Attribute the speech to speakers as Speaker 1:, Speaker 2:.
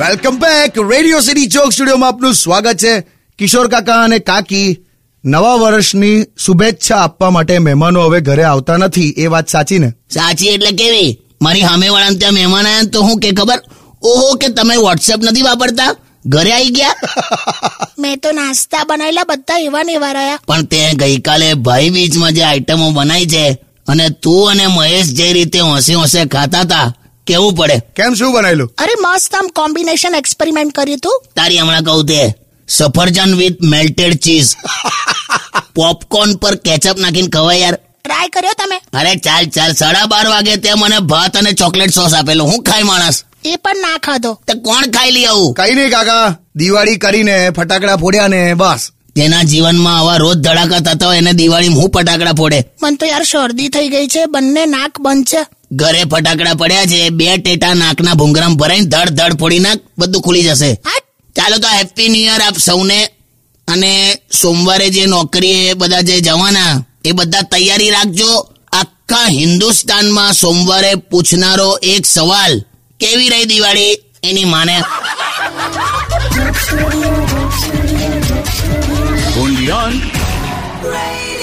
Speaker 1: Welcome back radio city joke સ્ટુડિયોમાં આપનું સ્વાગત છે કિશોર કાકા અને કાકી નવા વર્ષની શુભેચ્છા આપવા માટે મહેમાનો હવે ઘરે આવતા નથી એ વાત સાચી ને
Speaker 2: સાચી એટલે કેવી મારી સામે વાળા ત્યાં મહેમાન આવ્યા ને તો હું કે ખબર ઓહો કે તમે વોટ્સએપ નથી વાપરતા ઘરે આવી ગયા
Speaker 3: મેં તો નાસ્તા બનાવેલા બધા એવા ને એવા રહ્યા
Speaker 2: પણ તે ગઈકાલે ભાઈ બીજમાં જે આઈટમો બનાવી છે અને તું અને મહેશ જે રીતે હોંશે હોંશે ખાતા હતા કેવું પડે
Speaker 1: કેમ શું બનાવેલું
Speaker 3: અરે મસ્ત આમ કોમ્બિનેશન એક્સપેરિમેન્ટ કર્યું તું
Speaker 2: તારી હમણાં કહું તે સફરજન વિથ મેલ્ટેડ ચીઝ પોપકોર્ન પર કેચઅપ નાખીને ખવાય યાર
Speaker 3: ટ્રાય કર્યો તમે
Speaker 2: અરે ચાલ ચાલ સાડા બાર વાગે તે મને ભાત અને ચોકલેટ સોસ આપેલો હું ખાય માણસ
Speaker 3: એ પણ ના ખાધો
Speaker 2: તે કોણ ખાઈ લઈ આવું
Speaker 1: કઈ નહીં કાકા દિવાળી કરીને ફટાકડા ફોડ્યા ને બસ
Speaker 2: તેના જીવનમાં આવા રોજ ધડાકા થતા હોય એને દિવાળીમાં હું ફટાકડા ફોડે
Speaker 3: મને તો યાર શરદી થઈ ગઈ છે બંને નાક બંધ છે
Speaker 2: ઘરે ફટાકડા પડ્યા છે બે ટેટા નાકના ભૂંગરામ ભરાઈને ધડ ધડ ફોડી નાખ બધું ખુલી જશે
Speaker 3: હટ
Speaker 2: ચાલો તો હેપી ન્યુ યર આપ સૌને અને સોમવારે જે નોકરી એ બધા જે જવાના એ બધા તૈયારી રાખજો આખા હિન્દુસ્તાનમાં સોમવારે પૂછનારો એક સવાલ કેવી રહી દિવાળી એની માને
Speaker 4: Undian.
Speaker 5: Radio